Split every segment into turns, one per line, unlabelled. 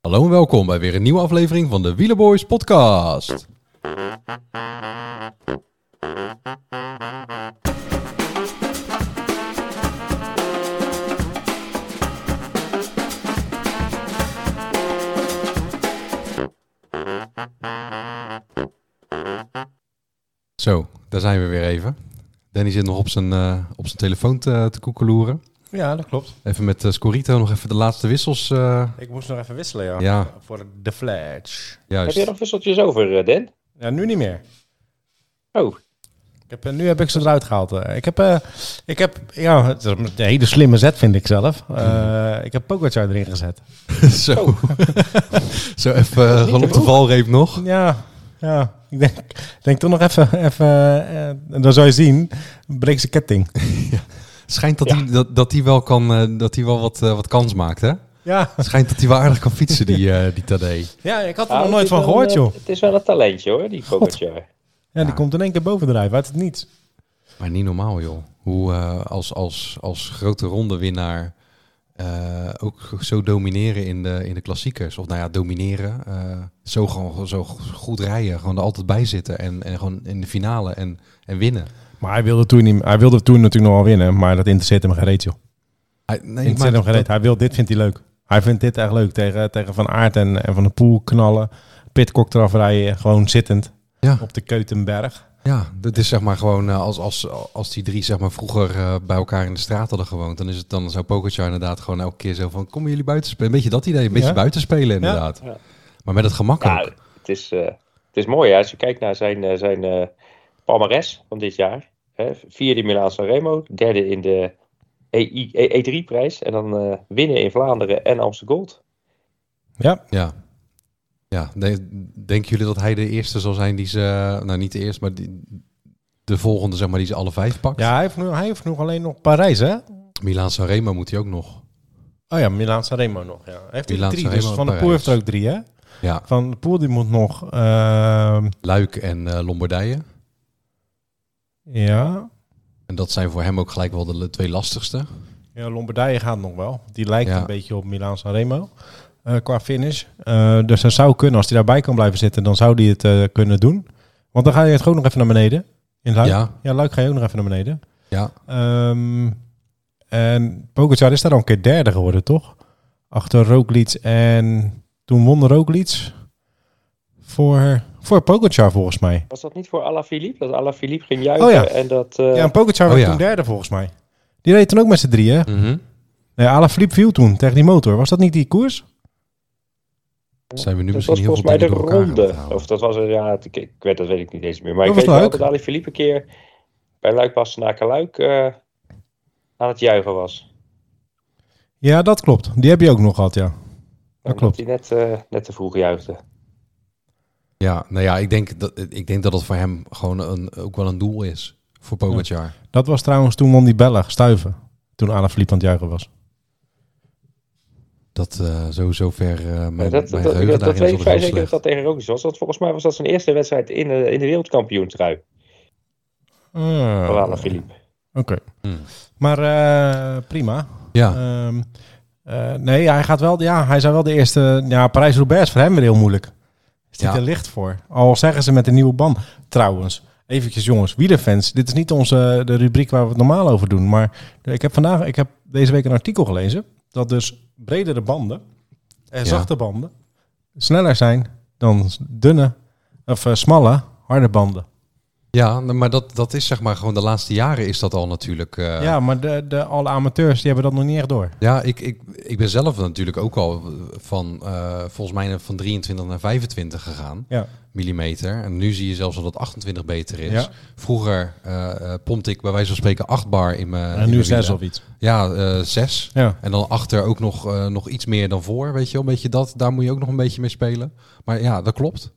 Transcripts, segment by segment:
Hallo en welkom bij weer een nieuwe aflevering van de Wielerboys podcast. Zo, daar zijn we weer even. Danny zit nog op zijn, eh, op zijn telefoon te, te koekeloeren.
Ja, dat klopt.
Even met eh, Scorito nog even de laatste wissels. eh,
Ik moest nog even wisselen, ja.
Ja.
Voor de Flash.
juist.
Heb je nog wisseltjes over, eh, Dan?
Ja, nu niet meer.
Oh,
Ik heb, eh, nu heb ik ze eruit gehaald. eh. Ik heb, eh, ik heb ja, het is een hele slimme zet vind ik zelf. Eh, Ik heb Pogacar erin gezet.
Zo. Zo even eh, gewoon op de
vroeg.
valreep nog.
Ja, ja. Ik denk, ik denk toch nog even, even eh, en dan zou je zien, breekt zijn ketting.
Schijnt dat
Ja.
hij dat, dat die wel, kan, eh, dat die wel wat, eh, wat kans maakt, hè?
Ja,
Schijnt dat hij wel aardig kan fietsen, die, eh, die Tadej.
ja ik had er
Ah,
nog
het
nooit
is
van
wel,
gehoord,
eh,
joh.
Het is wel een talentje hoor, die Pogacar.
Ja, die komt in één keer bovendrijven uit het niets.
Maar niet normaal, joh. Hoe eh, als, als, als grote rondewinnaar eh ook zo domineren in de, in de klassiekers. Of nou ja, domineren. eh, zo, gewoon, zo goed rijden. Gewoon er altijd bij zitten. En, en gewoon in de finale en, en winnen.
Maar hij wilde, toen niet, hij wilde toen natuurlijk nog wel winnen, maar dat interesseert hem gereed, joh.
Hij- nee,
Ah, Ik zit hem gereed. Hij wil, dit vindt hij leuk. Hij vindt dit echt leuk. Tegen, tegen Van Aert en, en Van de Poel knallen. Pitcock eraf rijden. Gewoon zittend
ja.
op de Keutenberg.
Ja, dat is zeg maar gewoon eh, als, als, als die drie zeg maar vroeger eh, bij elkaar in de straat hadden gewoond, dan is het dan zou Pogacar inderdaad gewoon elke keer zo van komen jullie buiten spelen, een beetje dat idee, een beetje
Ja.
buiten spelen inderdaad,
Ja.
maar met het gemak
Nou,
ook.
het is, eh, het is mooi hè, als je kijkt naar zijn, eh, zijn eh palmares van dit jaar. Hè, vierde in Milaan Sanremo, derde in de E E3-prijs. En dan eh, winnen in Vlaanderen en Amsterdam Gold.
Ja,
Ja. Ja, de- denken jullie dat hij de eerste zal zijn die ze, nou niet de eerste, maar die, de volgende zeg maar die ze alle vijf pakt?
ja hij, heeft nu, hij heeft nog alleen nog Parijs, hè?
Milaan Sanremo moet hij ook nog.
Oh ja, Milaan Sanremo nog. Ja. Hij heeft er
Milaan,
drie.
Sanremo
Dus
en
Van de Poel
Parijs.
heeft er ook drie, hè?
Ja,
Van de Poel die moet nog... ehm,
Luik en eh, Lombardije.
ja.
En dat zijn voor hem ook gelijk wel de le- twee lastigste.
ja, Lombardije gaat nog wel. Die lijkt
Ja.
een beetje op Milaan Sanremo. eh, qua finish. Eh, dus dat zou kunnen. Als hij daarbij kan blijven zitten, dan zou hij het eh, kunnen doen. Want dan ga je het gewoon nog even naar beneden. In Luik.
Ja,
Ja, Luik ga je ook nog even naar beneden.
ja.
Ehm, en Pogacar is daar al een keer derde geworden, toch? Achter Roglic en toen won Roglic voor, voor Pogacar volgens mij.
Was dat niet voor Alaphilippe? Dat Alaphilippe ging juichen
Oh ja.
en dat... eh,
ja, en Pogacar
oh
werd
ja.
toen derde volgens mij. Die reed toen ook met z'n drieën.
Mhm.
Nee, Alaphilippe viel toen tegen die motor. Was dat niet die koers?
Zijn we nu
Dat
misschien
was
heel
volgens
veel
mij de
dingen door elkaar aan het
ronde.
halen.
Of dat was een, ja, het- ik, ik weet dat weet ik niet eens meer. Maar
Dat was
ik weet wel
leuk.
dat Ali Philippe een keer eh, bij Luik Bastenaken Luik eh, aan het juichen was.
Ja, dat klopt. Die heb je ook nog gehad, ja. Dat
Omdat
klopt.
hij net, eh, net te vroeg juichte.
Ja, nou ja, ik denk dat ik denk dat het voor hem gewoon een, ook wel een doel is voor Pogacar.
Dat was trouwens toen won die Belg, Stuiven. Toen Alaphilippe aan het juichen was.
Dat eh zo zover eh,
Ja,
mijn, mijn
dat, dat, dat,
geheugen
dat
daarin
weet
is altijd
ik vrij
heel
zeker dat
slecht.
dat tegen Roglic was. Want volgens mij was dat zijn eerste wedstrijd in, eh, in de wereldkampioentrui
Ah,
voor
Oké.
Ali Philippe.
Oh. Hmm.
Maar eh, prima.
Ja,
Ehm, eh, nee, hij gaat wel. Ja, hij zou wel de eerste. Ja, Parijs-Roubaix is voor hem weer heel moeilijk. Is hij
Ja.
er licht voor? Al zeggen ze met een nieuwe ban. Trouwens, eventjes jongens, wielerfans. Dit is niet onze de rubriek waar we het normaal over doen. Maar ik heb vandaag, ik heb deze week een artikel gelezen dat dus bredere banden en
Ja.
zachte banden sneller zijn dan dunne of eh, smalle harde banden.
ja, nou, maar dat, dat is zeg maar gewoon de laatste jaren is dat al natuurlijk. eh,
Ja, maar de, de alle amateurs die hebben dat nog niet echt door.
Ja, ik, ik, ik ben zelf natuurlijk ook al van, eh, volgens mij van 23 naar 25 gegaan,
Ja.
millimeter. En nu zie je zelfs al dat 28 beter is.
Ja.
Vroeger eh eh, pompte ik bij wijze van spreken 8 bar in mijn in
en nu
mijn
zes
wielen.
of iets.
Ja, eh 6.
Ja.
En dan achter ook nog, eh, nog iets meer dan voor, weet je wel. Een beetje dat, daar moet je ook nog een beetje mee spelen. Maar ja, dat klopt.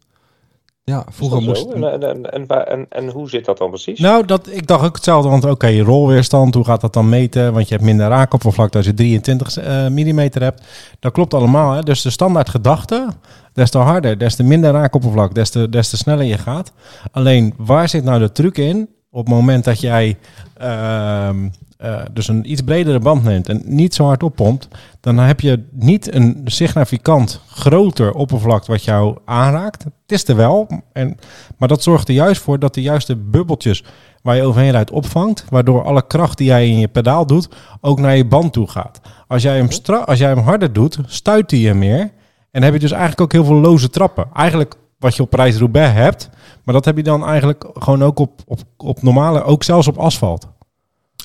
Ja, vroeger
Is dat
moest...
zo? En, en, en, en, waar- en, en hoe zit dat dan precies?
Nou, dat, ik dacht ook hetzelfde. Want oké, rolweerstand, hoe gaat dat dan meten? Want je hebt minder raakoppervlakte als je 23 mm hebt. Dat klopt allemaal. Hè? Dus de standaard gedachte, des te harder, des te minder raakoppervlak, des te, des te sneller je gaat. Alleen, waar zit nou de truc in? Op het moment dat jij ehm, eh, dus een iets bredere band neemt en niet zo hard oppompt, dan heb je niet een significant groter oppervlak wat jou aanraakt. Het is er wel, en, maar dat zorgt er juist voor dat de juiste bubbeltjes waar je overheen rijdt opvangt, waardoor alle kracht die jij in je pedaal doet ook naar je band toe gaat. Als jij hem, stra- als jij hem harder doet, stuit hij je meer en heb je dus eigenlijk ook heel veel loze trappen. Eigenlijk wat je op Parijs-Roubaix hebt, maar dat heb je dan eigenlijk gewoon ook op, op, op normale, ook zelfs op asfalt.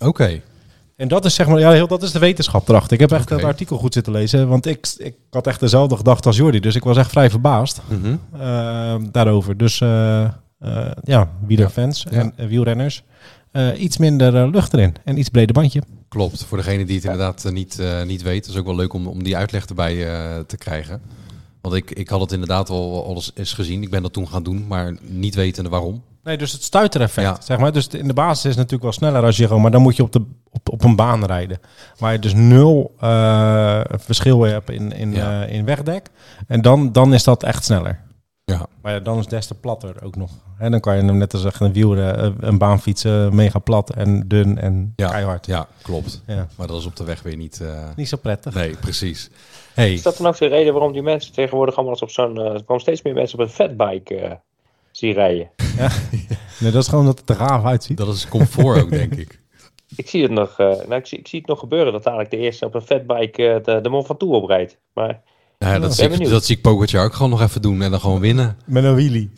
Oké.
En dat is zeg maar, ja, heel, dat is de wetenschap erachter. Ik heb echt
Oké.
het artikel goed zitten lezen, want ik, ik had echt dezelfde gedachte als Jordi. Dus ik was echt vrij verbaasd
Mhm.
eh, daarover. Dus eh, eh, ja, wielerfans
Ja.
en eh, wielrenners. eh, iets minder eh, lucht erin en iets breder bandje.
Klopt, voor degene die het inderdaad eh, niet, eh, niet weet. is ook wel leuk om, om die uitleg erbij eh, te krijgen. Want ik, ik had het inderdaad al alles eens gezien. Ik ben dat toen gaan doen, maar niet wetende waarom.
Nee, dus het stuitereffect,
Ja.
zeg maar. Dus in de basis is het natuurlijk wel sneller als je gewoon... maar dan moet je op, de, op, op een baan rijden. Waar je dus nul eh, verschil hebt in, in,
Ja.
eh, in wegdek. En dan, dan is dat echt sneller.
Ja.
Maar ja, dan is het des te platter ook nog. En dan kan je hem net als echt een wielren, eh, een baan fietsen, mega plat en dun en
Ja.
keihard.
Ja, klopt.
Ja.
Maar dat is op de weg weer niet... eh,
Niet zo prettig.
Nee, precies. Hey,
Is dat dan ook de reden waarom die mensen tegenwoordig allemaal op zo'n... eh, er komen steeds meer mensen op een fatbike eh zien rijden.
Nee, dat is gewoon dat het er gaaf uitziet.
dat is comfort ook, denk ik.
Ik zie het nog, eh, nou, ik, zie, ik zie het nog gebeuren dat dadelijk de eerste op een fatbike eh, de, de Mont Ventoux oprijdt. Maar
Nou ja, dat,
ben
zie ik,
benieuwd.
dat zie ik Pogacar ook gewoon nog even doen en dan gewoon winnen.
Met een wheelie.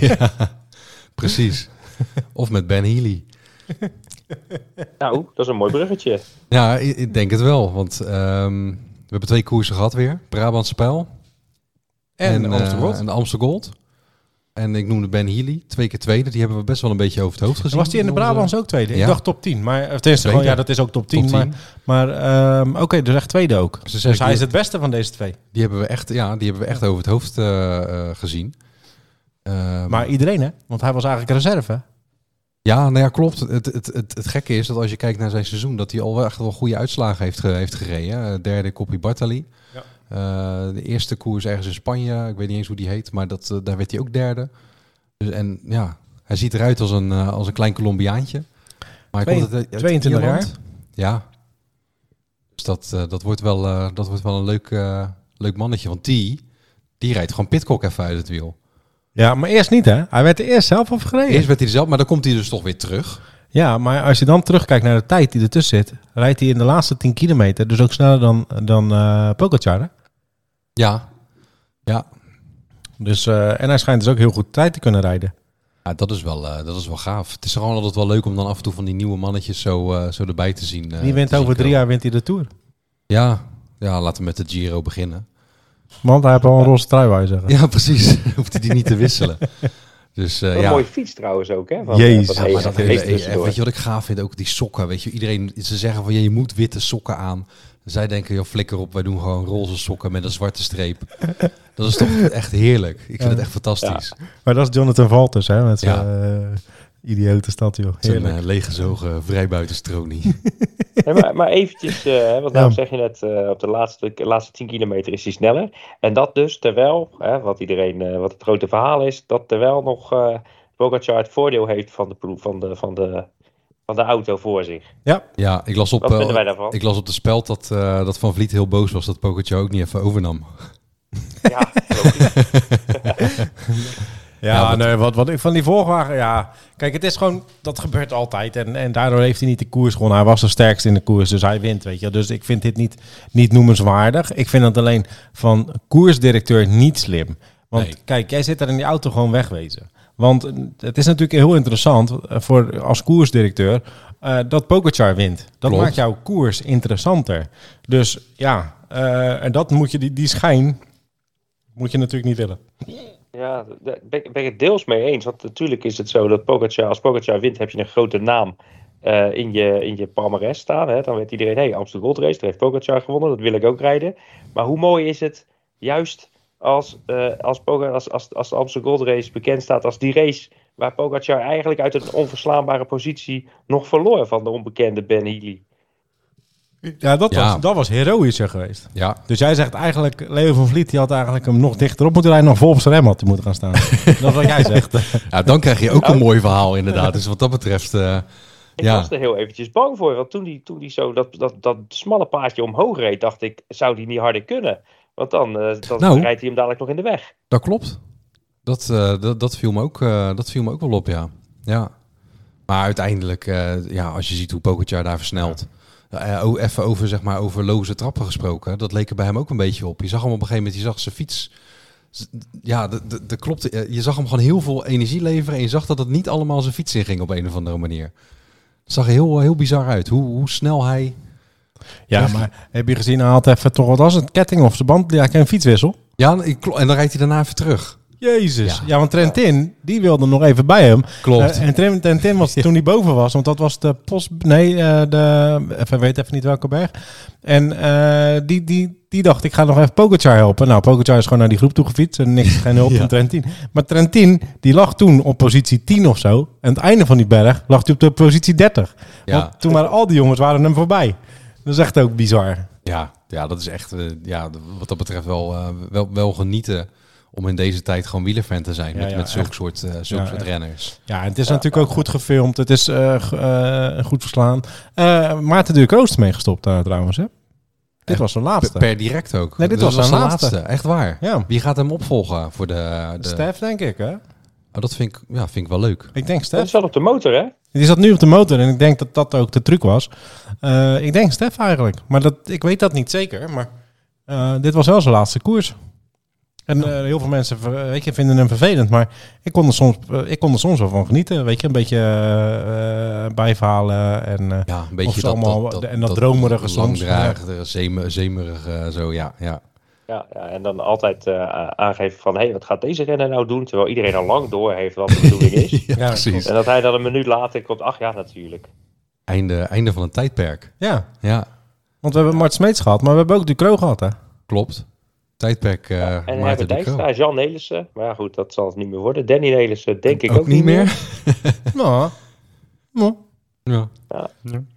ja, precies. Of met Ben Healy.
nou, dat is een mooi bruggetje.
Ja, ik, ik denk het wel. Want ehm, we hebben twee koersen gehad weer. Brabantse Pijl
En,
eh,
Amsterdam.
en de Amstel Gold. En ik noemde Ben Healy, twee keer tweede. Die hebben we best wel een beetje over het hoofd gezien.
Dus was die in de
onze-
Brabants ook tweede?
Ja.
Ik dacht top 10. Maar het is gewoon,
Tweede.
ja, dat is ook top 10.
Top 10.
Maar, maar ehm, oké, dus echt tweede ook.
Ze zeggen,
Dus hij
die-
is het beste van deze twee.
Die hebben we echt, ja, die hebben we echt over het hoofd eh, eh, gezien. Ehm,
Maar iedereen, hè? Want hij was eigenlijk reserve.
Ja, nou ja, klopt. Het, het, het, het gekke is dat als je kijkt naar zijn seizoen, dat hij al wel echt wel goede uitslagen heeft, ge- heeft gereden. Eh, Derde Coppi Bartali.
Ja.
Eh, de eerste koers ergens in Spanje, ik weet niet eens hoe die heet, maar dat, eh, daar werd hij ook derde. Dus, en ja, hij ziet eruit als een, eh, als een klein Colombiaantje. Maar hij
Twee-
komt uit- uit
22
eh, Ierland.
jaar.
Ja. Dus dat, eh, dat, wordt wel, eh, dat wordt wel een leuk, eh, leuk mannetje, want die, die rijdt gewoon Pitcock even uit het wiel.
Ja, maar eerst niet, hè? Hij werd er eerst zelf afgereden.
Eerst werd hij er zelf, maar dan komt hij dus toch weer terug.
Ja, maar als je dan terugkijkt naar de tijd die ertussen zit, rijdt hij in de laatste 10 kilometer dus ook sneller dan, dan eh Pogacar. hè?
Ja. Ja,
Dus, eh, en hij schijnt dus ook heel goed tijd te kunnen rijden.
Ja, dat is, wel, eh, dat is wel gaaf. Het is gewoon altijd wel leuk om dan af en toe van die nieuwe mannetjes zo, eh, zo erbij te zien. eh,
die wint
te zien
over drie
komen.
jaar wint hij de Tour.
Ja. ja, laten we met de Giro beginnen.
Want hij heeft al een roze trui, wou je zeggen.
Ja, precies. Hoeft hij die niet te wisselen. Dus eh,
Wat een
ja.
mooie fiets trouwens ook, hè? Van, eh,
Jezus.
van
Ja, maar
Hayes.
dat
Hayes
hele EF,
tussendoor.
weet je wat ik gaaf vind? Ook die sokken. Weet je, iedereen ze zeggen van ja, je moet witte sokken aan. Zij denken, joh, flikker op, wij doen gewoon roze sokken met een zwarte streep. Dat is toch echt heerlijk. Ik vind het echt fantastisch.
Maar dat is Jonathan Valters, hè? Met zijn eh, idiote stad, joh.
Zo'n
Heerlijk.
eh, leeggezogen vrijbuitenstronie.
Nee, maar, maar eventjes, eh, want daarom
Ja.
zeg je net, eh, op de laatste, laatste 10 kilometer is hij sneller. En dat dus terwijl, hè, wat iedereen, eh, wat het grote verhaal is, dat terwijl nog eh Pogacar het voordeel heeft van de, ploeg- van de, van de, van de auto voor zich.
ja, ik las op...
Wat
eh,
vinden wij daarvan?
Ik las op de speld dat, eh, dat Van Vliet heel boos was dat Pogacar ook niet even overnam.
Ja, logisch.
Ja,
Ja, wat-
nee, wat, wat ik van die volgwagen, ja. Kijk, het is gewoon, dat gebeurt altijd. En, en daardoor heeft hij niet de koers gewonnen. Hij was de sterkste in de koers, dus hij wint, weet je. Dus ik vind dit niet, niet noemenswaardig. Ik vind dat alleen van koersdirecteur niet slim. Want
Nee.
kijk, jij zit daar in die auto gewoon wegwezen. Want eh, het is natuurlijk heel interessant eh, voor, als koersdirecteur eh, dat Pogacar wint. Dat
Klopt.
maakt jouw koers interessanter. Dus ja, eh, en dat moet je, die, die schijn moet je natuurlijk niet willen.
ja daar ben, ik- ben ik het deels mee eens. Want natuurlijk is het zo dat Pogacar, als Pogacar wint, heb je een grote naam eh, in, je, in je palmarès staan. Hè. Dan weet iedereen, hé, hey, Amsterdam Gold Race, daar heeft Pogacar gewonnen, dat wil ik ook rijden. Maar hoe mooi is het juist als, eh als, Poga- als, als, als de Amsterdam Gold Race bekend staat als die race waar Pogacar eigenlijk uit een onverslaanbare positie nog verloor van de onbekende Ben Healy.
Ja, dat,
Ja.
Was, dat was heroïscher geweest.
Ja,
Dus jij zegt eigenlijk, Leo van Vliet die had eigenlijk hem nog dichterop moeten rijden, nog vol op zijn rem had hij moeten gaan staan. dat is wat jij zegt.
Nou,
ja dan krijg je ook een mooi verhaal inderdaad. Dus wat dat betreft eh,
Ik
Ja.
was er heel eventjes bang voor. Want toen die, toen die zo dat, dat, dat smalle paadje omhoog reed, dacht ik, zou die niet harder kunnen? Want dan, eh, dan
Nou.
rijdt hij hem dadelijk nog in de weg.
Dat klopt. Dat, eh, dat, dat, viel me ook, eh, dat viel me ook wel op, ja. ja. Maar uiteindelijk, eh, ja, als je ziet hoe Pogacar daar versnelt. Eh, oh, even over, zeg maar, over loze trappen gesproken. Dat leek er bij hem ook een beetje op. Je zag hem op een gegeven moment, je zag zijn fiets. Z- Ja, dat- dat dat klopt. Eh, Je zag hem gewoon heel veel energie leveren. En je zag dat het niet allemaal zijn fiets inging op een of andere manier. Het zag er heel, heel bizar uit. Hoe, hoe snel hij...
Ja,
Echt?
maar heb je gezien, hij had even toch wat was het? Ketting of zijn band? Ja, geen fietswissel.
Ja, ik- klo- en dan rijdt hij daarna even terug.
Jezus. Ja,
Ja.
want Trentin, die wilde nog even bij hem.
Klopt.
Eh, en Tren- Trentin was toen hij boven was, want dat was de post... Nee, eh, de... Even, weet even niet welke berg. En eh, die, die, die dacht, ik ga nog even Pogacar helpen. Nou, Pogacar is gewoon naar die groep toe gefietst en niks, geen hulp
Ja.
van Trentin. Maar Trentin, die lag toen op positie 10 of zo. En het einde van die berg lag hij op de positie 30.
Ja.
Want toen waren al die jongens waren hem voorbij. Dat is echt ook bizar.
Ja, ja dat is echt eh, ja, d- wat dat betreft wel, eh, wel, wel genieten om in deze tijd gewoon wielerfan te zijn
Ja,
met,
ja,
met zulk
echt.
soort, eh, zulk
Ja,
soort
echt.
renners.
Ja, en het is natuurlijk ook goed gefilmd. Het is eh, g- eh, goed verslaan. Eh Maarten de Kroos is mee gestopt daar trouwens, hè? Dit
Echt?
was de
Per,
laatste.
per direct ook.
Nee, dit was
de
zijn
laatste. Echt waar.
Ja,
Wie gaat hem opvolgen voor de... de...
Stef denk ik, hè?
Oh, dat vind ik, ja, vind ik wel leuk.
Ik denk
Dat
Stef.
is wel op de motor, hè?
Die zat nu op de motor en ik denk dat dat ook de truc was. Eh, ik denk Stef eigenlijk. Maar dat, ik weet dat niet zeker. Maar eh, dit was wel zijn laatste koers. En eh, heel veel mensen ver- weet je, vinden hem vervelend. Maar ik kon, er soms, eh, ik kon er soms wel van genieten. Weet je, een beetje eh, eh, bijverhalen en... eh,
Ja, een beetje
ze
dat,
allemaal-
dat,
en dat dromerige soms.
Langdragerige, zemer, zemerige, eh, zo, ja. ja.
Ja, ja, en dan altijd eh, a- aangeven van, hé, hey, wat gaat deze renner nou doen? Terwijl iedereen al lang door heeft wat de bedoeling is.
Ja,
En dat hij dan een minuut later komt, ach ja, natuurlijk.
Einde, einde van een tijdperk.
ja,
Ja,
Want we hebben Mart Smeets gehad, maar we hebben ook Ducro gehad, hè?
klopt. Tijdperk eh
En
Maarten
Herbert
de Kroo.
Dijkstra, Jan Nelissen. Maar ja, goed, dat zal het niet meer worden. Danny Nelissen, denk ik ook,
Ook niet meer?
Nou, nou,
Ja.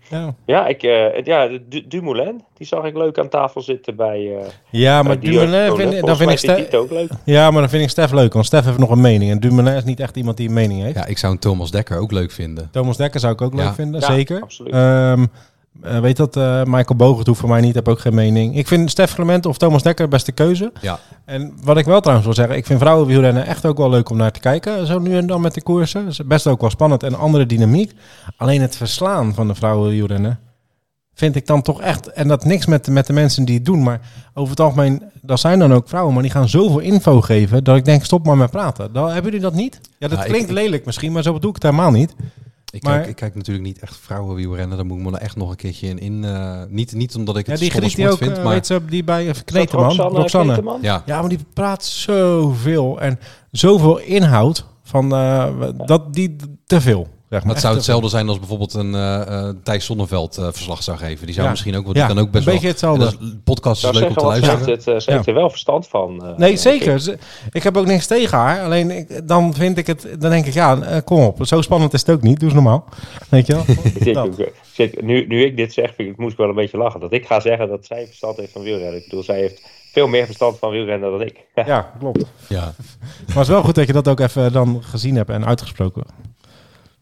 ja.
Ja, ik, eh, ja Du- Dumoulin, die zag ik leuk aan tafel zitten bij... eh,
Ja, maar
bij Dior
Dumoulin
Polen.
vind, ik- dan
oh, Volgens
vind
mij
ik
vindt
Stef,
hij het ook leuk.
ja, maar dan vind ik Stef leuk, want Stef heeft nog een mening. En Dumoulin is niet echt iemand die een mening heeft.
ja, ik zou een Thomas Dekker ook leuk vinden.
Thomas Dekker zou ik ook
Ja.
leuk vinden,
Ja,
zeker.
absoluut.
Ehm, eh, weet dat eh, Michael Bogert hoeft voor mij niet, heb ook geen mening. Ik vind Stef Clement of Thomas Dekker de beste keuze.
Ja.
En wat ik wel trouwens wil zeggen, ik vind vrouwenwielrennen echt ook wel leuk om naar te kijken. Zo nu en dan met de koersen. Is best ook wel spannend en andere dynamiek. Alleen het verslaan van de vrouwenwielrennen vind ik dan toch echt... En dat niks met, met de mensen die het doen. Maar over het algemeen, dat zijn dan ook vrouwen. Maar die gaan zoveel info geven dat ik denk, stop maar met praten. Dan, hebben jullie dat niet? Ja, dat
Ja, Nou, ik-
klinkt lelijk misschien, maar zo bedoel ik het helemaal niet.
Ik,
Maar-
kijk, ik kijk natuurlijk niet echt vrouwenwielrennen. Daar moet ik me er echt nog een keertje in. in eh, niet, niet omdat ik
Ja,
het
die
een
Griek die
sport
ook,
vind,
eh,
maar...
weet ze, die bij eh,
Zat
Kneteman, Roxanne.
Kneteman?
ja,
Ja, maar die praat zoveel en zoveel inhoud van eh, dat die te veel. Zeg maar.
dat zou
Echt te
hetzelfde zijn als bijvoorbeeld een eh, eh, Thijs Zonneveld eh, verslag zou geven. Die zou
Ja.
misschien ook wel...
Ja,
Die kan ook best
een beetje
wel...
hetzelfde.
En dat is- podcast is
Nou,
leuk
zeg
om te
wel, ze heeft,
luisteren.
het, eh, ze heeft er wel verstand van. eh,
veel. Nee,
denk ik.
zeker. Ze- Ik heb ook niks tegen haar. Alleen ik- dan vind ik het, dan denk ik, ja, eh, kom op. Zo spannend is het ook niet. Doe eens normaal. Weet je wel?
Ik denk
Dat.
ook, eh, zit- nu, nu ik dit zeg, vind ik, moest ik wel een beetje lachen. Dat ik ga zeggen dat zij verstand heeft van wielrennen. Ik bedoel, zij heeft veel meer verstand van wielrennen dan ik.
Ja, klopt.
Ja,
Maar het is wel goed dat je dat ook even dan gezien hebt en uitgesproken.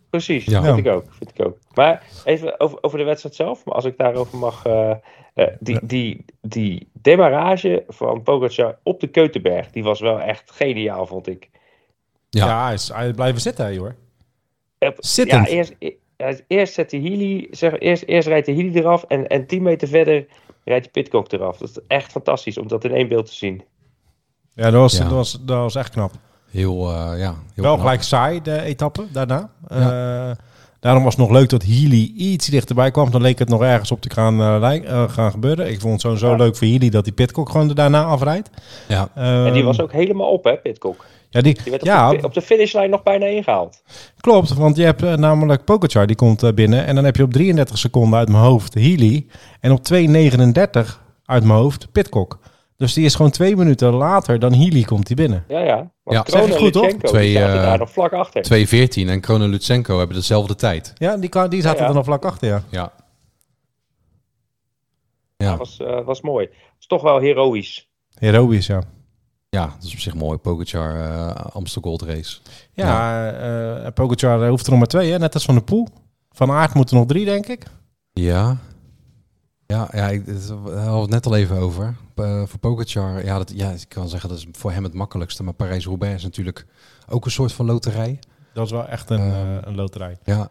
Precies,
Ja.
vind,
Ja.
ik ook, vind ik ook. Maar even over, over de wedstrijd zelf, maar als ik daarover mag. eh, eh, die, die, die demarrage van Pogacar op de Keutenberg, die was wel echt geniaal, vond ik.
Ja.
Ja, hij is, hij is blijven zitten, hè, hoor.
Op-
Zittend.
Ja, eerst, e- ja, eerst zet de Healy, zeg, eerst, eerst rijdt de Healy eraf en, en 10 meter verder rijdt de Pitcock eraf. Dat is echt fantastisch om dat in één beeld te zien.
Ja, dat was,
Ja.
Dat, was, dat was echt knap.
heel... eh, ja, heel
Wel
knap.
gelijk saai, de etappe daarna. Eh, daarom was het nog leuk dat Healy iets dichterbij kwam. Dan leek het nog ergens op te gaan, eh, lij- eh, gaan gebeuren. Ik vond het sowieso
Ja.
leuk voor Healy dat die Pitcock gewoon er daarna afrijdt.
Ja.
Eh,
en die was ook helemaal op, hè, Pitcock.
Ja, die,
Die werd op,
ja
de, op de finishlijn nog bijna ingehaald.
klopt. Want je hebt eh, namelijk Pogacar, die komt eh, binnen. En dan heb je op 33 seconden uit mijn hoofd Healy. En op 2.39 uit mijn hoofd Pitcock. Dus die is gewoon twee minuten later dan Healy komt die binnen.
Ja, ja. Want
Ja.
Kroon
Zeg ik
en
goed, toch?
Lutsenko, die
Twee,
zaten
eh,
daar nog vlak achter.
2.14 en Krono Lutsenko hebben dezelfde tijd.
Ja, die, kan- die zaten
Ja, ja.
er nog vlak achter, ja.
Ja. Ja,
was, eh, was mooi. Het is toch wel heroïs.
Heroïs, ja.
ja, dat is op zich mooi. Pogacar, eh Amstel Gold Race.
eh, Ja, eh Pogacar hoeft er nog maar twee, hè? net als Van de Poel. Van Aert moet er nog drie, denk ik.
Ja. Ja, ja ik, het- we hadden het net al even over. Eh, voor Pogacar, ja, dat, ja, ik kan zeggen dat is voor hem het makkelijkste. Maar Parijs-Roubaix is natuurlijk ook een soort van loterij.
Dat is wel echt een,
Eh.
eh, een loterij.
Ja.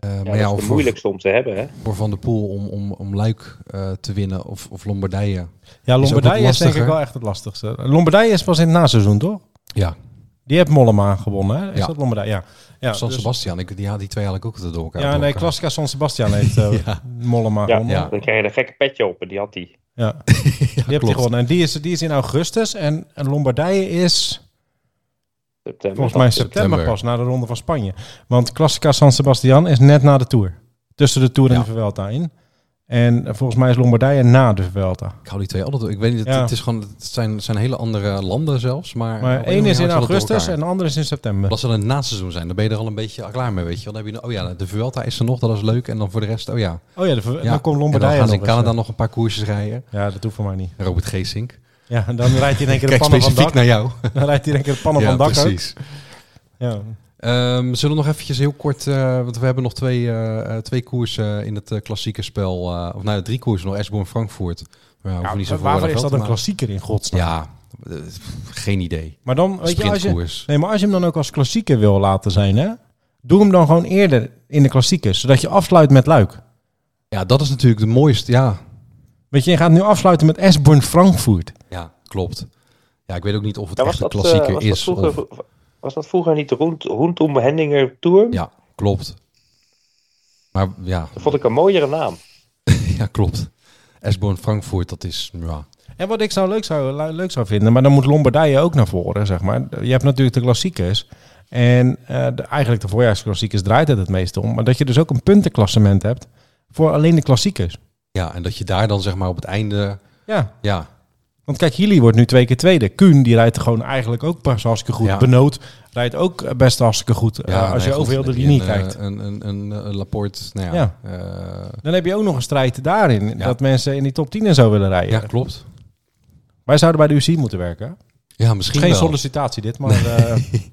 Eh,
Ja,
maar ja,
dat is
voor,
de moeilijkste om te hebben, hè?
voor Van der Poel om, om, om Luik eh, te winnen of, of Lombardije.
Ja,
ook
Lombardije is,
wat
denk ik
lastiger.
wel echt het lastigste. Lombardije is pas in het naseizoen, toch?
Ja,
Die heeft Mollema gewonnen, hè? Is
Ja.
dat Lombardije? Ja. ja
San
dus-
Sebastian, ik, die had die twee eigenlijk ook door elkaar.
Ja,
door
nee,
elkaar.
Klassica San Sebastian heeft eh,
Ja.
Mollema
Ja,
gewonnen.
ja.
Dan krijg je een gekke petje op en die had hij.
Ja.
Ja,
Die heb je
klopt.
gewonnen. En die is, die is in augustus. En, en Lombardije is
eh,
volgens mij in september
September.
pas, na de Ronde van Spanje. Want Classica San Sebastian is net na de Tour. Tussen de Tour en
Ja.
de Vuelta in. En eh, volgens mij is Lombardije na de Vuelta.
Ik hou die twee altijd door. Ik weet niet, het,
Ja.
het, is gewoon, het zijn, het zijn hele andere landen zelfs. Maar, op
Maar
een of
één
andere
is in
manier houdt ze dat door
augustus en
elkaar.
de andere is in september.
Als ze dan in het naseizoen zijn, dan ben je er al een beetje klaar mee, weet je. wel. Dan heb je, oh ja, de Vuelta is er nog, dat is leuk. En dan voor de rest, oh ja.
Oh ja, de, Vu-
ja.
dan komt
en dan
Lombardije
gaan ze in
nog eens,
Canada
eh.
nog een paar koersjes rijden.
Ja, dat hoeft voor mij niet.
Robert Geesink.
Ja, en dan rijdt hij in één keer de
Kijk
pannen van
specifiek
dak.
naar jou.
Dan rijdt hij in één keer de pannen van dak ook.
precies.
Ja.
Ehm, zullen we nog eventjes heel kort, eh, want we hebben nog twee, eh, eh, twee koersen in het eh, klassieke spel. eh, of nou, drie koersen nog, Esborn-Frankfurt. Maar Ja, hoeven niet
Ja,
zoveel
waarvoor
aan geld
is dat
te
een
maken.
klassieker in godsnaam?
Ja, eh, pff, geen idee.
Maar dan, weet je, als je,
Sprintkoers.
Nee, maar als je hem dan ook als klassieker wil laten zijn, hè? Doe hem dan gewoon eerder in de klassiekers, zodat je afsluit met Luik.
Ja, dat is natuurlijk de mooiste, ja.
Weet je, je gaat nu afsluiten met Esborn Frankfurt.
Ja, klopt. Ja, ik weet ook niet of het
Ja,
echt
was,
een
dat, eh,
klassieker
was, dat
is.
vroeger,
of-
was dat vroeger niet de Roent- Roentum Henninger Tour?
Ja, klopt. Maar ja,
Dat vond ik een mooiere naam.
ja klopt. Esborn Frankfurt, dat is... Ja.
En wat ik zou leuk zou, lu- leuk zou vinden, maar dan moet Lombardije ook naar voren, zeg maar. Je hebt natuurlijk de klassiekers. En eh, de, eigenlijk de voorjaarsklassiekers draait het het meest om. Maar dat je dus ook een puntenklassement hebt voor alleen de klassiekers.
ja, en dat je daar dan zeg maar op het einde...
Ja,
Ja,
want kijk, Hilly wordt nu twee keer tweede. Kuhn, die rijdt gewoon eigenlijk ook pas hartstikke goed.
Ja.
Benoot rijdt ook eh, best hartstikke goed eh,
ja
als
nee,
je
goed,
over heel de
en
linie
een, eh,
kijkt.
Een, een, een, eh, Laporte, nou ja.
Ja.
eh,
Dan heb je ook nog een strijd daarin.
Ja.
Dat mensen in die top 10 en zo willen rijden.
ja, klopt.
Wij zouden bij de UCI moeten werken. hè?
Ja, misschien
Geen
wel.
sollicitatie dit, maar eh, het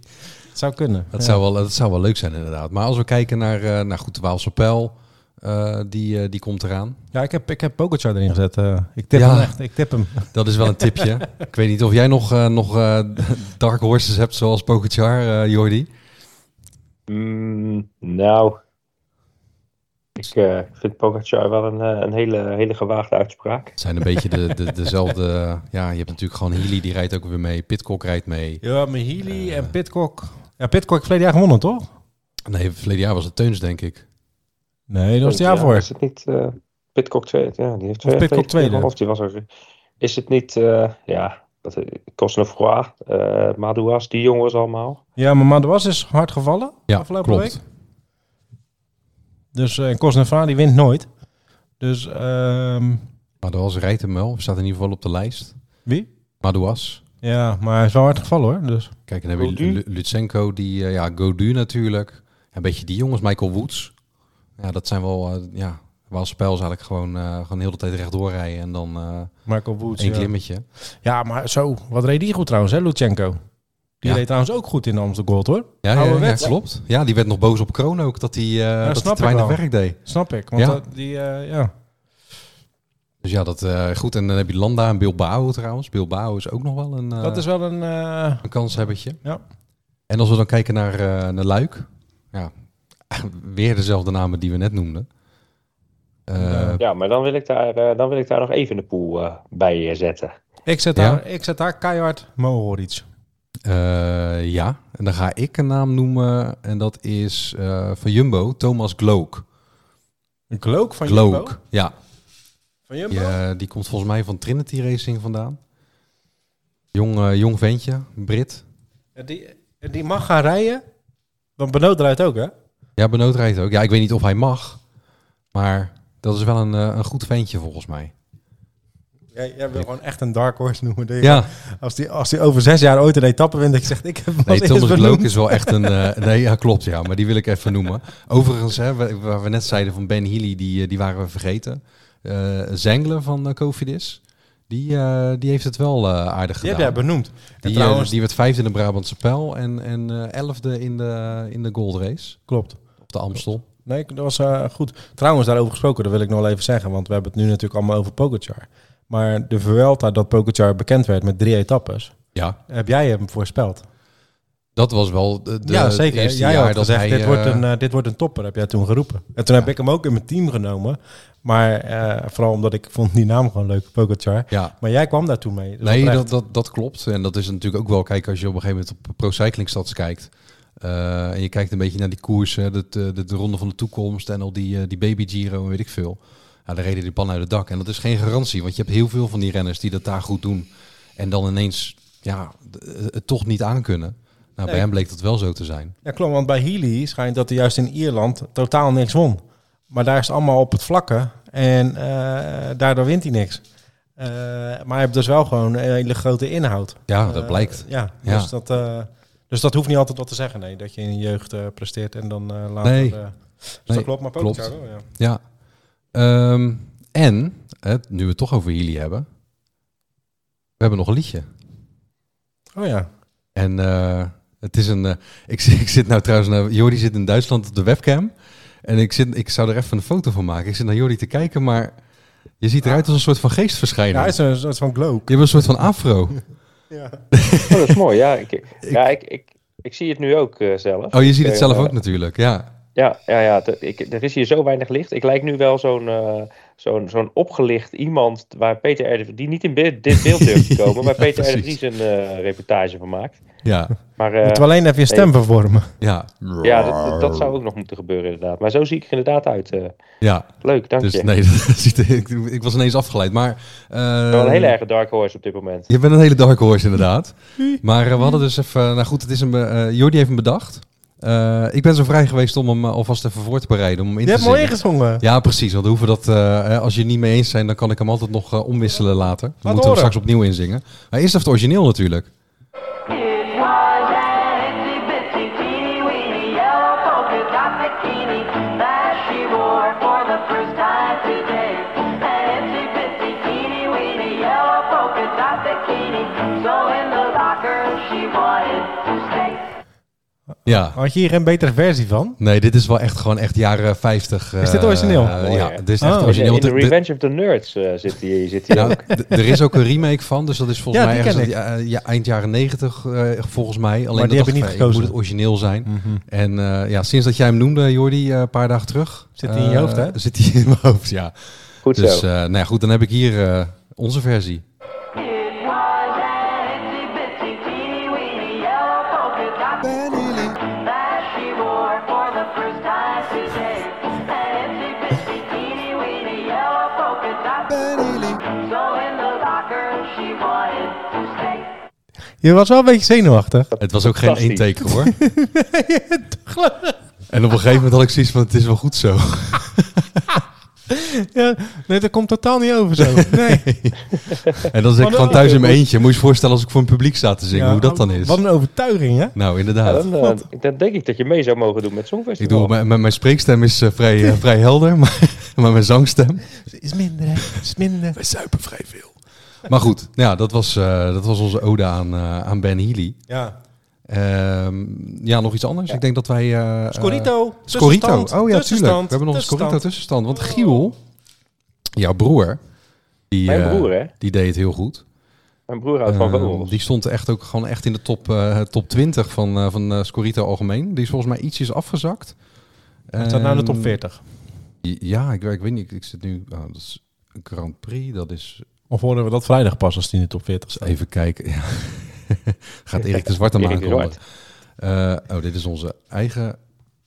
zou kunnen.
Dat,
Ja.
zou wel, dat zou wel leuk zijn inderdaad. Maar als we kijken naar, eh, naar goed, de Waalse Pijl, eh, die, eh, die komt eraan.
Ja, ik heb, ik heb Pogacar erin gezet. eh. ik tip
Ja.
hem echt. Ik tip hem.
Dat is wel een tipje. ik weet niet of jij nog, eh, nog eh, dark horses hebt zoals Pogacar, eh, Jordi.
Mm, nou, ik eh, vind Pogacar wel een, eh, een hele, hele gewaagde uitspraak.
Het zijn een beetje de, de, dezelfde... Ja, je hebt natuurlijk gewoon Healy, die rijdt ook weer mee. Pitcock rijdt mee.
Ja, Mahili en Pitcock. Eh. Ja, Pitcock heeft verleden jaar gewonnen, toch?
Nee, verleden jaar was het Teuns, denk ik.
Nee, dat was het jaar
Ja,
voor.
Is het niet eh Pitcock tweede? Ja, die heeft
Of
twee-
Pidcock
twee-
tweede.
Of die was er. Is het niet, eh ja, dat, eh, Cosnefroy, eh Madouas, die jongens allemaal?
Ja, maar Madouas is hard gevallen
Ja,
afgelopen
klopt.
week. Dus uh, Cosnefra, die wint nooit. Dus ehm,
Madouas rijdt hem wel. Staat in ieder geval op de lijst.
wie?
Madouas.
Ja, maar hij is wel hard gevallen hoor. Dus.
Kijk, en dan hebben we
Godu.
Lu- Lutsenko, die... eh, ja, Godu natuurlijk. Ja, een beetje die jongens. Michael Woods. Ja, dat zijn wel... eh, ja, Waalse Pijl is eigenlijk gewoon, eh, gewoon heel de tijd rechtdoor rijden. En dan eh
Michael Woods.
één
Dus ja.
klimmetje.
Ja, maar zo, wat reed die goed trouwens, hè, Lutsenko? Die
Ja.
reed trouwens ook goed in de Amsterdam Gold, hoor.
Ja, ja, ja,
Ouderwets.
klopt. Ja, die werd nog boos op Kroon ook. Dat hij eh, dat hij
snap
te
ik
weinig
wel.
werk deed.
Snap ik, want
Ja.
dat, die, eh, ja.
Dus ja, dat eh, goed. En dan heb je Landa en Bilbao trouwens. Bilbao is ook nog wel een, eh
dat is wel een... eh,
een kanshebbertje.
Ja.
En als we dan kijken naar, eh, naar Luik. Ja, weer dezelfde namen die we net noemden. Eh,
Ja, maar dan wil ik daar, eh, dan wil ik daar nog even de poel eh, bij eh, zetten.
ik, zet
Ja?
daar, ik zet daar keihard Mohoric.
eh, ja, en dan ga ik een naam noemen. En dat is eh, van Jumbo, Thomas Glook.
Een Glook van Jumbo.
Glook, ja.
Van Jumbo?
Die, eh, die komt volgens mij van Trinity Racing vandaan. Jong, eh, jong ventje, Brit.
En Die, en die mag gaan rijden. Want Benoot rijdt ook, hè?
Ja, Benoot rijdt ook. Ja, ik weet niet of hij mag. Maar dat is wel een, eh, een goed ventje volgens mij.
Jij, jij wil gewoon echt een dark horse noemen. denk ik.
Ja,
Als, die, als die over zes jaar ooit een etappe wint, dat je zegt, ik heb hem
nee,
als eerst
Thomas Glook
benoemd.
is wel echt een... eh, nee, ja, klopt, ja. Maar die wil ik even noemen. Overigens, hè, wa- waar we net zeiden van Ben Healy, die, eh, die waren we vergeten. Eh Zengler van eh, Cofidis, die, eh, die heeft het wel eh, aardig
Die heb
gedaan.
jij benoemd.
die,
en
eh,
trouwens,
die werd vijfde in de Brabantse pijl en, en eh, elfde in de, in de gold race
klopt.
op de Amstel.
Nee, dat was eh, goed. Trouwens, daarover gesproken, dat wil ik nog wel even zeggen. Want we hebben het nu natuurlijk allemaal over Pogacar. Maar de Vuelta dat Pogacar bekend werd met drie etappes.
Ja,
Heb jij hem voorspeld?
dat was wel de, de
ja,
het
zeker.
eerste
jij
jaar
had
dat
gezegd,
hij...
dit,
eh,
wordt een, eh, dit wordt een topper, heb jij toen geroepen. En toen heb ik hem ook in mijn team genomen. Maar eh, vooral omdat ik vond die naam gewoon leuk, Pogacar.
ja,
Maar jij kwam daar toen mee. Dus
nee,
oprecht.
dat, dat, dat klopt. En dat is natuurlijk ook wel, kijk, als je op een gegeven moment op Pro Cycling Stats kijkt. eh, en je kijkt een beetje naar die koersen, de, de, de, de ronde van de toekomst en al die, eh, die baby Giro en weet ik veel. Ja, daar reden die pan uit het dak. En dat is geen garantie, want je hebt heel veel van die renners die dat daar goed doen. En dan ineens, ja, d- eh, het toch niet aankunnen. Nou, bij
Nee.
hem bleek dat wel zo te zijn.
Ja, klopt. Want bij Healy schijnt dat hij juist in Ierland totaal niks won. Maar daar is het allemaal op het vlakke. En eh, daardoor wint hij niks. Eh, maar hij heeft dus wel gewoon een hele grote inhoud.
Ja, dat
Eh,
blijkt.
Ja,
Ja.
Dus, dat, eh, dus dat hoeft niet altijd wat te zeggen. Nee, dat je in je jeugd eh, presteert en dan eh, later...
Nee.
eh, dus
Nee,
dat klopt, maar
klopt.
Pogacar wel, ja.
Ja. Ehm, en, hè, nu we het toch over Healy hebben. We hebben nog een liedje.
Oh ja.
En eh, het is een. eh, ik, zit- ik zit nou trouwens naar. Jordi zit in Duitsland op de webcam. En ik, zit, ik zou er even een foto van maken. Ik zit naar Jordi te kijken, maar je ziet eruit als een soort van geestverschijning.
ja, hij is een soort van glow.
Je hebt een soort van afro.
Ja.
Oh, dat is mooi, ja. Ik, ja, ik, ik, ik zie het nu ook eh, zelf.
Oh, je ziet het
Eh,
zelf
eh,
ook natuurlijk. Ja,
Ja, ja, ja dat- ik, er is hier zo weinig licht. Ik lijk nu wel zo'n eh, zo'n zo'n opgelicht iemand waar Peter R. de Vries- die niet in be- dit beeld durft te komen, waar
Ja,
Peter R. de
precies.
Vries een eh, reportage van maakt.
ja,
Maar
Je
eh,
moet wel alleen even je stem vervormen.
ja,
ja, dat, dat- dat zou ook nog moeten gebeuren inderdaad. Maar zo zie ik er inderdaad uit. eh.
ja.
leuk, dank
Dus
je.
nee, dat ziet er- ik, ik was ineens afgeleid. Maar eh,
Ik ben wel een hele erge dark horse op dit moment.
Je bent een hele dark horse inderdaad. Maar eh, we hadden dus even... Nou goed, het is een, be- eh, Jordi heeft hem bedacht. Eh, ik ben zo vrij geweest om hem eh, alvast even voor te bereiden. Om hem in
Je
te
hebt mooi
zingen.
ingezongen.
Ja, precies. Want dan hoeven we dat, eh, hè, als je het niet mee eens zijn, dan kan ik hem altijd nog eh, omwisselen later. Dan moeten we
horen.
hem straks opnieuw inzingen. Maar eerst even het origineel natuurlijk.
It was an itsy bitsy teeny weeny yellow polka dot bikini that she wore for the first time today. An itsy bitsy teeny weeny yellow polka dot bikini. So in the locker she wanted to stay.
Ja.
Had je hier geen betere versie van?
Nee, dit is wel echt gewoon echt jaren 50. eh,
Is dit origineel?
eh,
Mooi,
ja,
hè?
dit is
Oh.
echt origineel.
in
Want
de
dit- dit-
Revenge of the Nerds eh, zit hij zit hij
Nou,
ook.
d- er is ook een remake van, dus dat is volgens
Ja,
mij
die
ergens
ken
uit die, eh, ja, eind jaren 90, eh, volgens mij. Alleen dat
die heb ik
dacht
niet
van,
gekozen.
Moet het origineel zijn.
Mhm.
En eh, ja, sinds dat jij hem noemde, Jordi, eh, een paar dagen terug.
Zit die in je
eh,
hoofd, hè?
Zit hij in mijn hoofd, ja.
Goed zo.
Dus eh, nou ja, goed, dan heb ik hier eh, onze versie.
It was an itsy bitsy teeny weeny yellow polka dot that she wore for the first time today. An itsy bitsy teeny weeny yellow polka dot. So in the locker she wanted to stay.
Je was wel een beetje zenuwachtig.
Het was ook geen één
Fantastisch.
teken, hoor. en op een gegeven moment had ik zoiets van, het is wel goed zo.
Ja, nee, dat komt totaal niet over zo. Nee.
En dan zit ik
Wat
gewoon
een-
thuis in mijn eentje. Moet je je voorstellen als ik voor een publiek sta te zingen, hoe dat dan is.
Wat een overtuiging, hè?
Nou,
Ja,
inderdaad.
dan, eh, dan denk ik dat je mee zou mogen doen met Songfestival.
Ik doe, mijn, mijn, mijn spreekstem is eh, vrij, eh, vrij helder, maar, maar mijn zangstem...
Is minder, hè? Is minder.
Wij zuipen vrij veel. Maar goed, nou ja, dat, was, eh, dat was onze ode aan, eh, aan Ben Healy.
Ja.
Ehm, ja, nog iets anders. Ik denk dat wij... eh, eh,
Scorito.
Scorito. Oh
tussenstand,
ja, tuurlijk. We
tussenstand,
hebben nog een Scorito
tussenstand.
tussenstand. Want Giel, jouw broer... Die,
Mijn
eh,
broer, hè?
die deed het heel goed.
Mijn broer houdt van
Ehm,
vogels.
die stond echt ook gewoon echt in de top, eh, top 20 van, eh, van eh, Scorito algemeen. Die is volgens mij ietsjes afgezakt.
Hij staat nou in de top
Ehm,
40.
Ja, ik, ik weet niet. Ik zit nu... oh, dat is een Grand Prix. Dat is
Of horen we dat vrijdag pas als hij in de top 40 staat?
Even kijken. Ja. Gaat Erik de Zwarte
Erik
maken.
de Zwart.
oh, dit is onze eigen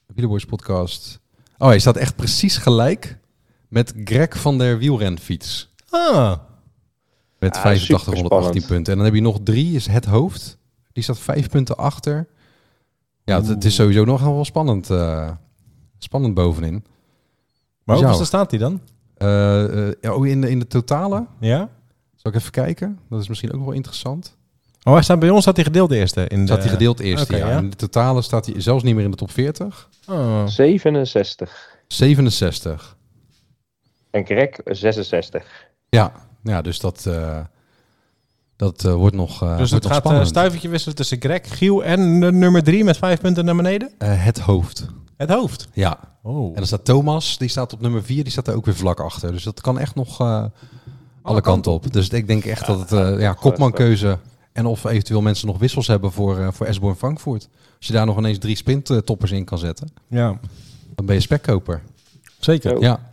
Wielerboys podcast. Oh, hij staat echt precies gelijk met Greg van der Wielrenfiets.
Ah,
Met
Ah,
8518
superspannend.
punten. En dan heb je nog drie, is het hoofd. Die staat vijf punten achter. Ja, het, het is sowieso nog wel spannend. eh, spannend bovenin.
maar
Zo.
hoeveel staat hij dan?
Eh, eh, oh, in de, in de totale.
Ja?
Zal ik even kijken? Dat is misschien ook wel interessant.
Oh, hij staat bij ons staat hij gedeeld eerste. In de,
Staat hij gedeeld eerste,
Oké,
ja.
ja.
In de totale staat hij zelfs niet meer in de top 40.
Oh.
67.
67.
En Greg 66.
Ja, ja dus dat, eh, dat eh, wordt nog, eh
Dus
wordt nog
het gaat een
spannend.
stuivertje wisselen tussen Greg, Giel en de nummer 3 met 5 punten naar beneden.
Eh, het hoofd.
Het Het hoofd.
Ja.
Oh.
En dan staat Thomas, die staat op nummer 4, die staat er ook weer vlak achter. Dus dat kan echt nog eh, alle kanten op. Dus ik denk echt dat het eh, ja, kopmankeuze en of eventueel mensen nog wissels hebben voor, eh voor Esborn Frankfurt. Als je daar nog ineens drie spintoppers in kan zetten,
Ja,
dan ben je spekkoper.
zeker.
Zo.
Ja,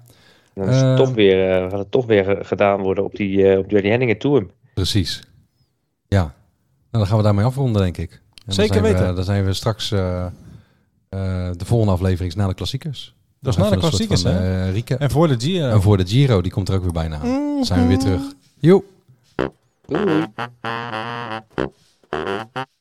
Dan is het
Eh,
toch weer, eh, gaat het toch weer eh, gedaan worden op die, eh, op die Henningen Tour.
precies. Ja, nou, dan gaan we daarmee afronden, denk ik. En dan
Zeker
zijn we-
weten.
Dan zijn we straks eh, eh, de volgende aflevering is na de klassiekers.
Dat is na de
Even een soort
klassiekers,
van, eh, recap.
En voor de Giro.
En voor de Giro, die komt er ook weer bijna
Mhm.
aan. Zijn we weer terug. Joep.